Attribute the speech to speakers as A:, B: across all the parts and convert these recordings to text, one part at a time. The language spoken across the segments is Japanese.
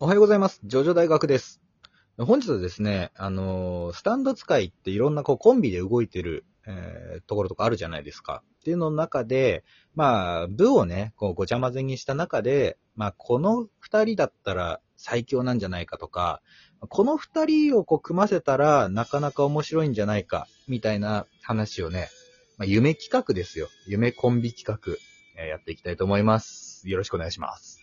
A: おはようございます。ジョジョ大学です。本日はですね、あのースタンド使いっていろんなこうコンビで動いてる、えーところとかあるじゃないですか。っていうの中で、まあ、部をね、こうごちゃ混ぜにした中で、まあ、この二人だったら最強なんじゃないかとか、この二人をこう組ませたらなかなか面白いんじゃないか、みたいな話をね、まあ、夢企画ですよ。夢コンビ企画、えーやっていきたいと思います。よろしくお願いします。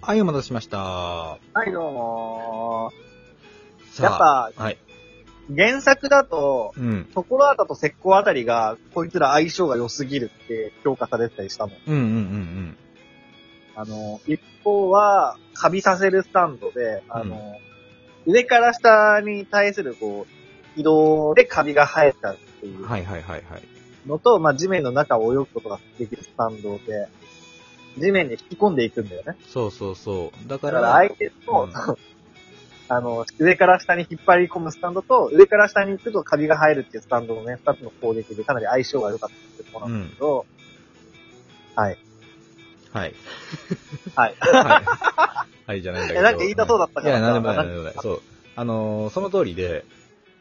A: はい、お待たせしました。
B: はい、どうもー。やっ
A: さあ、
B: ぱ、
A: はい。
B: 原作だと、
A: うん。
B: ところあたと石膏あたりが、こいつら相性が良すぎるって評価されてたりしたもん。
A: うんうんうん。
B: あの、一方は、カビさせるスタンドで、あの、上から下に対する、こう、移動でカビが生えたっていううん
A: はいはいはいはい。
B: のと、まあ、地面の中を泳ぐことができるスタンドで、地面に引き込んでいくんだよね。
A: そうそうそう。だか
B: だ
A: ら、
B: から相手と、
A: うん
B: そのあの、上から下に引っ張り込むスタンドと、上から下に行くとカビが入るっていうスタンドのね、二つの攻撃でかなり相性が良かったってところ
A: う
B: なんだ
A: ん
B: け。ど、はい。
A: はい。
B: はい。
A: はい。はい、じゃないんだけど。
B: え、なんか言いたそうだった
A: い
B: から
A: や、な
B: さ。
A: んでもない、
B: な
A: なんん
B: か
A: でもない。そう。あのーその通りで、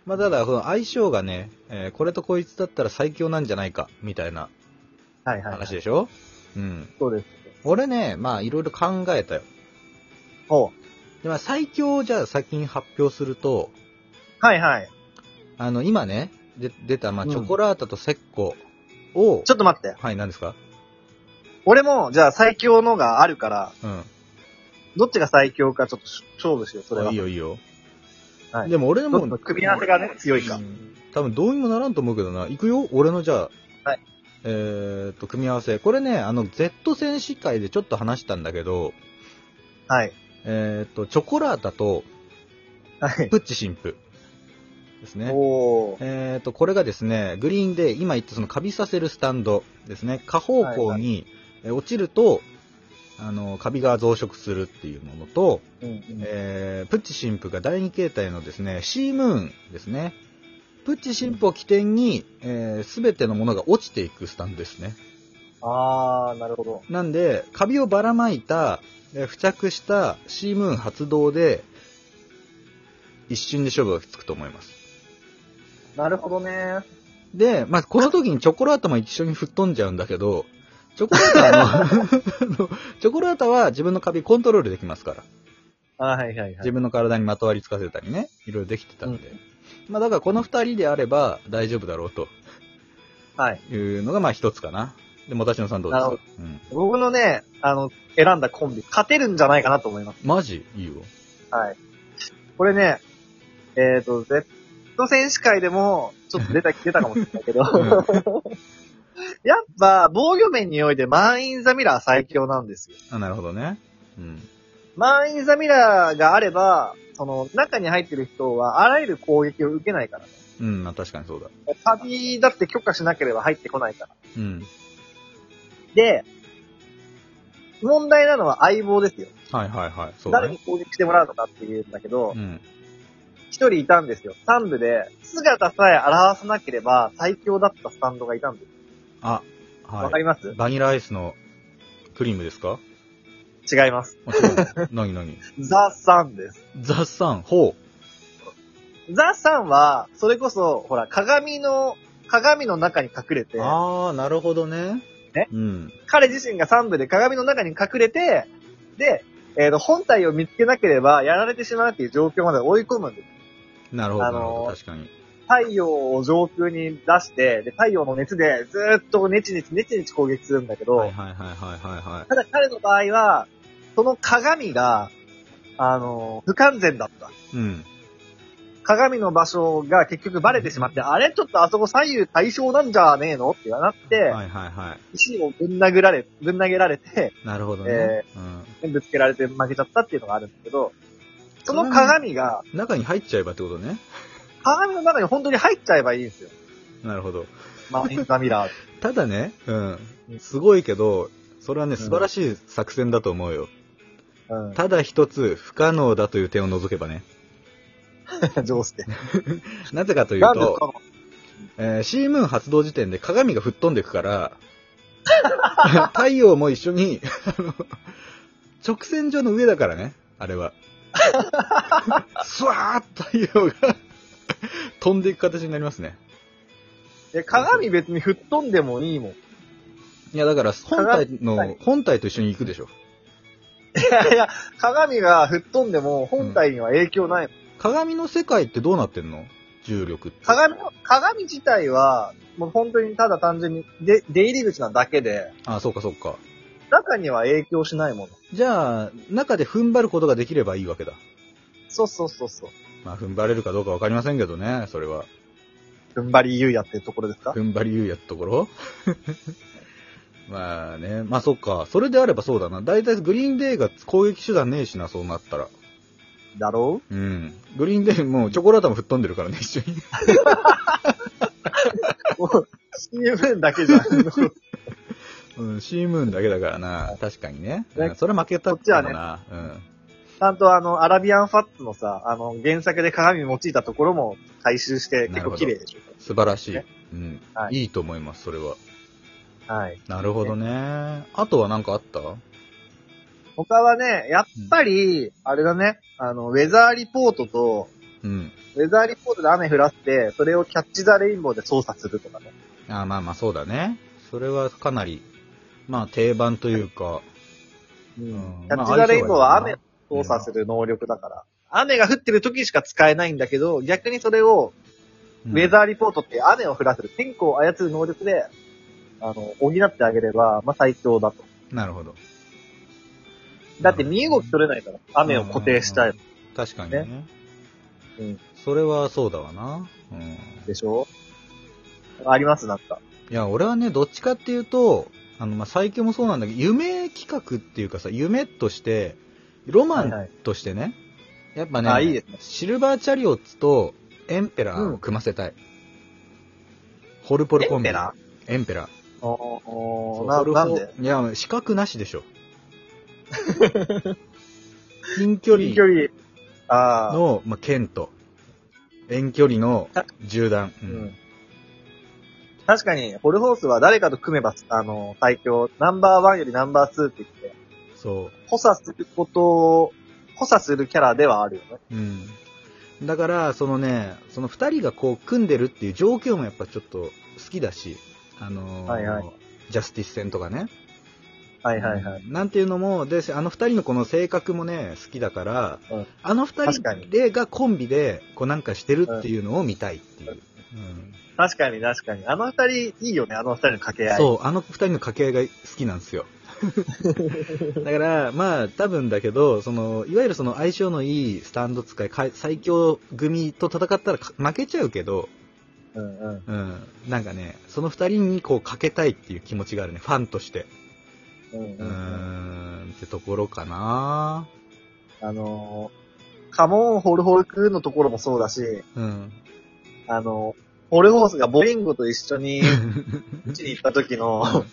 A: まあ、ただ、その相性がね、えーこれとこいつだったら最強なんじゃないか、みたいな
B: はいはい、はい
A: 話。でしょ、うん。
B: そうです。
A: 俺ね、まあ、いろいろ考えたよ。
B: ほう。
A: で、まあ、最強をじゃあ先に発表すると、
B: はいはい。
A: あの、今ね、で出た、まあ、
B: うん
A: チョコラータと石膏を、
B: ちょっと待って。
A: はい、何ですか
B: 俺も、じゃあ最強のがあるから、
A: うん。
B: どっちが最強かちょっと勝負しよう、それは。
A: いいよいいよ。
B: はい
A: でも俺の
B: ど
A: も
B: っちの
A: う、
B: 組み合わせがね、強いか。
A: うん多分どうにもならんと思うけどな。行くよ俺のじゃあ、
B: はい
A: えーっと、組み合わせ。これね、あの、Z 戦士会でちょっと話したんだけど、
B: はい。
A: えーっと、チョコラータと
B: はい。
A: プッチ神父ですね。
B: おー。
A: えーっと、これがですね、グリーンで今言ったそのカビさせるスタンドですね。下方向
B: はいは
A: にえ落ちると、あの、カビが増殖するっていうものと、
B: うんうん
A: えープッチ神父が第二形態のですね、シームーンですね。プッチ神父を起点に、えー、全てのものが落ちていくスタンドですね。
B: あー、なるほど。
A: なんで、カビをばらまいた、えー付着したシームーン発動で、一瞬で勝負がつくと思います。
B: なるほどね。
A: で、まあ、この時にチョコラータも一緒に吹っ飛んじゃうんだけど、チョコラータ はあの、あのチョコラータは自分のカビコントロールできますから。
B: あーはいはいは
A: 自
B: い。
A: 分の体にまとわりつかせたりね、いろいろできてたんで。まあだからこの二人であれば大丈夫だろうと
B: はい。
A: いうのがまあ一つかな。で、もたしのさんどうです
B: な
A: か
B: る
A: うん。
B: 僕のね、あの、選んだコンビ、勝てるんじゃないかなと思います。
A: マジいいよ。
B: はい。これね、えっ、ー、と、Z 選手会でも、ちょっと 出た、出たかもしれないけど、
A: うん
B: やっぱ、防御面において、満員ザミラー最強なんですよ。
A: あなるほどね。うん。
B: 満員ザミラーがあれば、その、中に入ってる人は、あらゆる攻撃を受けないからね。
A: うん、まあ確かにそうだ。
B: カビだって許可しなければ入ってこないから。
A: うん。
B: で、問題なのは相棒ですよ。
A: はいはいはい。そうだ
B: 誰
A: ね
B: に。攻撃してもらうのかっていうんだけど、
A: うん。
B: 一人いたんですよ。三部で、姿さえ表さなければ最強だったスタンドがいたんです。
A: あ、
B: わ、
A: は
B: か
A: い。
B: ります
A: バニラアイスのクリームですか
B: 違います。
A: あ 違う何何
B: ザ・サンです。
A: ザ・サン、ほ
B: ザ・サンは、それこそ、ほら、鏡の、鏡の中に隠れて
A: う。、あー、なるほどね。
B: え
A: うん。
B: 彼自身が三部で鏡の中に隠れて、で、えっ、と、本体を見つけなければやられてしまうっていう状況まで追い込むんです。
A: なるほど、
B: あ
A: な
B: のー
A: るほど、確かに。
B: 太陽を上空に出して、で、太陽の熱でずーっとネチネチネチネチ攻撃するんだけど、
A: はいはいはいはいはいはい。
B: ただ彼の場合は、その鏡が、あの、不完全だった。
A: うん。
B: 鏡の場所が結局バレてしまって、あれちょっとあそこ左右対称なんじゃねえのってなって、
A: はいはいは
B: 石をぶん殴られ、ぶん投げられて、
A: い。なるほどね。うん。
B: ぶつけられて負けちゃったっていうのがあるんだけど、その鏡が、
A: 中に入っちゃえばってことね。
B: 鏡の中に本当に入っちゃえばいいんですよ。
A: なるほど。
B: マジンガミラーって。
A: ただね、うん。すごいけど、それはね、素晴らしい作戦だと思うよ。
B: うん。
A: ただ一つ、不可能だという点を除けば ね。
B: 上手で。
A: なぜかという
B: なんです
A: と、
B: か
A: えーシームーン発動時点で鏡が吹っ飛んでくから、 太陽も一緒に、あの直線上の上だからね、あれ は。スワーッと太陽が 飛んでいく形になりますね。
B: いや鏡別に吹っ飛んでもいいもん。い
A: いや、だから本体
B: 鏡
A: の、本体と一緒に行くでしょ。
B: やいや、鏡が吹っ飛んでも本体には影響ないもん。
A: 鏡の世界ってどうなってんの重力って。
B: 鏡の、鏡自体は、もう本当にただ単純にで出入り口なだけで、
A: あ、そうかそうか。
B: 中には影響しないもの。
A: じゃあ、中で踏ん張ることができればいいわけだ。
B: そうそうそうそう。
A: まあ、踏ん張れるかどうかわかりませんけどね、それは。
B: 踏ん張り優やってるところですか
A: 踏ん張り優やったところ まあね、まあそっか。それであればそうだな。だいたいグリーンデーが攻撃手段ねえしな、そうなったら。
B: だろう
A: うん。グリーンデーもうチョコレートも吹っ飛んでるからね、一緒に。
B: もう、CM だけじゃん。こ
A: うん、シームーンだけだからな。確かにね。
B: ね
A: うんそれ負けた
B: こっちは
A: も
B: ね
A: な。うん。
B: ちゃんとあの、アラビアンファッツのさ、あの、原作で鏡用いたところも回収して
A: な
B: 結
A: るほ
B: 構
A: ど
B: 綺麗でしょ。
A: 素晴らしい
B: ね。
A: うん。、
B: はい
A: いと思います、それは。
B: はい。
A: なるほどね。あとはなんかあった
B: 他はね、やっぱり、あれだね、あの、ウェザーリポートと、
A: うん。
B: ウェザーリポートで雨降らせて、それをキャッチザレインボーで操作するとかね。
A: あまあまあそうだね。それはかなり、まあ定番というか。
B: うん
A: うん
B: キャッチザレインボーは
A: まあ相性はいい
B: 雨を操作する能力だから。雨が降ってる時しか使えないんだけど、逆にそれを、
A: う
B: ウ
A: ん
B: ェザーリポートって雨を降らせる、天候を操る能力で、あの、補ってあげれば、まあ最強だと。
A: なるほど。
B: だって身動き取れないから、雨を固定したい
A: 確かにね。
B: うん
A: それはそうだわな。うん。
B: でしょ、ありますなんか。
A: いや、俺はね、どっちかっていうと、あの、まあ、最近もそうなんだけど、夢企画っていうかさ、夢として、ロマ
B: はいは
A: ン
B: い
A: としてね、やっぱね
B: あいいですね
A: シルバーチャリオッツとエンペラーを組ませたい。ホルポルコンビ。
B: エンペラ
A: エンペラー。
B: おー
A: そ
B: お
A: う
B: ーな
A: ホルポ
B: なんで
A: いや、資格なしでしょ。 近距離
B: 近距離。ああ。
A: の、まあ、剣と、遠距離の銃弾。う
B: うんん。確かに、ホルホースは誰かと組めば、あの、最強、ナンバーワンよりナンバーツーって言って、
A: そ
B: 補佐することを、補佐するキャラではあるよね。
A: う。うん。だから、そのね、その二人がこう組んでるっていう状況もやっぱちょっと好きだし、あのー
B: はいはい
A: ジャスティス戦とかね。
B: はいはいはい。
A: うんなんていうのも、で、あの二人のこの性格もね、好きだから、
B: うん
A: あの二人
B: 確かに
A: でがコンビで、こうなんかしてるっていうのを見たいっていう。うん
B: 確かに確かに。あの二人、いいよね、あの二人の掛け合い。
A: そう、あの二人の掛け合いが好きなん ですよ。だから、まあ、多分だけど、その、いわゆるその相性のいいスタンド使い、か最強組と戦ったらか負けちゃうけど、
B: う。うんうん。
A: うん、なんかね、その二人にこうかけたいっていう気持ちがあるね、ファンとして。
B: うん
A: う
B: うんうん。
A: ーん、ってところかな
B: あのー、カモンホルホルクーのところもそうだし、
A: うん。
B: あのー、ホルホースがボリンゴと一 緒に、うちに行った時の、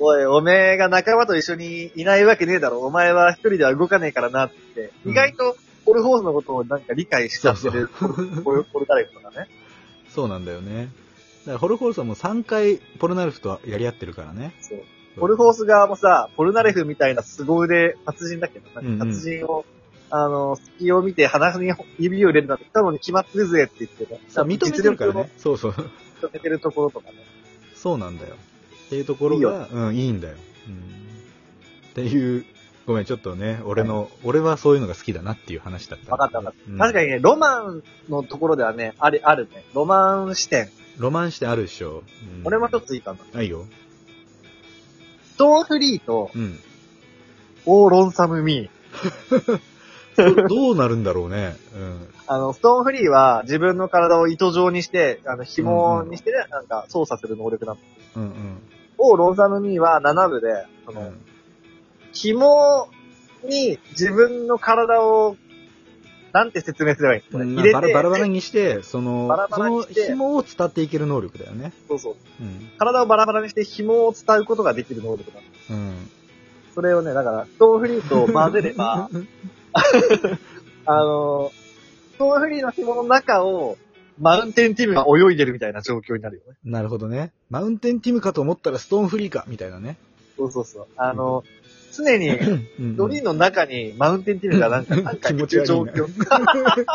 B: おい、おめえが仲間と一緒にいないわけねえだろ、お前は一人では動かねえからなって、
A: うん
B: 意外と、ホルホースのことをなんか理解しちゃって
A: そう
B: る、ホルホル誰かがね。
A: そうなんだよね。だから、ホルコールさんも3回ポルナルフとやり合ってるからね。
B: そうポルホース側もさ、ポルナレフみたいな凄腕達人だっけど、な
A: うん
B: ん
A: う
B: か
A: ん
B: 達人を、あの、隙を見て鼻に指を入れるなんて来たのに決まってるぜって言ってね。
A: さあ、認めてるから
B: 実力
A: ね。そうそう。
B: を認めてるところとかね。
A: そうなんだよ。っていうところが、うん、いいんだよ、うん。っていう、ごめん、ちょっとね、俺の、俺はそういうのが好きだなっていう話だった。
B: わかったわかった。
A: うん
B: 確かにね、ロマンのところではね、ある、あるね。ロマン視点。
A: ロマンしてあるでしょ。うん
B: 俺もちょっ。といいかな。
A: あ、いいよ。
B: ストーンフリーと、
A: うん。
B: オーロンサムミー。
A: どどうなるんだろうね。うん。
B: あの、ストーンフリーは自分の体を糸状にして、あの、紐にしてね、なんか操作する能力なの。
A: うん
B: オーロンサムミーは7部で、そ
A: うん。
B: の、
A: うん
B: 紐に自分の体をなんて説明すればいいこれ。入れ
A: バラバラ
B: て、
A: バラにして、その
B: バラ、バ
A: そ
B: ラ
A: の
B: にして
A: 紐を伝っていける能力だよね。
B: そうそう。
A: うん。
B: 体をバラバラにして紐を伝うことができる能力だ。
A: うん。
B: それをね、だから、ストーンフリーと混ぜれ ば、あの、ストーンフリーの紐の中を、マウンテンティムが泳いでるみたいな状況になるよね。
A: なるほどね。マウンテンティムかと思ったらストーンフリーか、みたいなね。
B: そうそうそう。あの、常に、
A: うん
B: ドリーの中にマウンテンティムがなんか、なんか
A: 気
B: いる
A: 持ち悪
B: 状
A: いな
B: 況。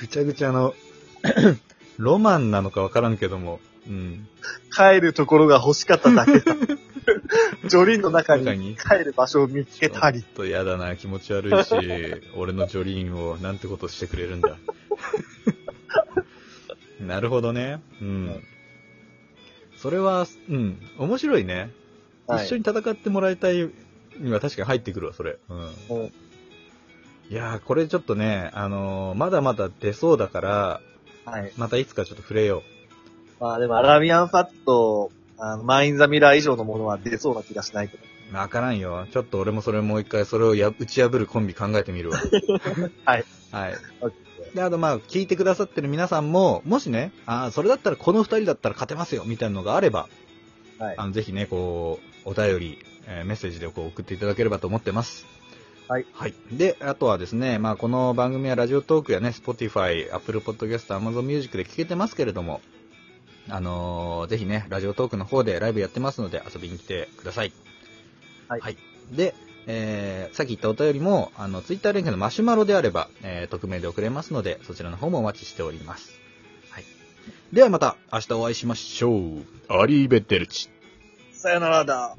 A: ぐちゃぐちゃの、 ロマンなのかわからんけども、うん。
B: 帰るところが欲しかっ ただけだ。ジョリーの中
A: 中
B: に
A: に。
B: 帰る場所を見つけた
A: ち
B: り
A: ょ。っと嫌だな、気持ち悪いし、俺のジョリーンをなんてことしてくれるんだ。 なるほどね。うん。それは、うん、面白いね。
B: はい
A: 一緒に戦ってもらいたいには確かに入ってくるわ、それ。うん。
B: うん
A: いやー、これちょっとね、あのーまだまだ出そうだから、
B: はい。
A: またいつかちょっと触れよ
B: まあでも、アラビアンファット、あのマイン・ザ・ミラー以上のものは出そうな気がしないけど。
A: う。わからんよ。ちょっと俺もそれもう一回、それをや打ち破るコンビ考えてみるわ。
B: はい。
A: はい。
B: オッケ
A: で、あとまあ、聞いてくださってる皆さんも、もしね、ああ、それだったらこの二人だったら勝てますよ、みたいなのがあれば、
B: ーはい。
A: あの、ぜひね、こう、お便り、えーメッセージでこう送っていただければと思ってます。
B: はい。
A: はい。で、あとはですね、まあ、この番組はラジオトークやね、Spotify、Apple Podcast、Amazon Music で聞けてますけれども、あのーぜひね、ラジオトークの方でライブやってますので遊びに来てください。
B: はい
A: で、えーさっき言ったお便りも、あの、Twitter 連携のマシュマロであれば、えー匿名で送れますので、そちらの方もお待ちしております。はい。ではまた明日お会いしましょう。アリーベッテルチ。
B: さよならだ。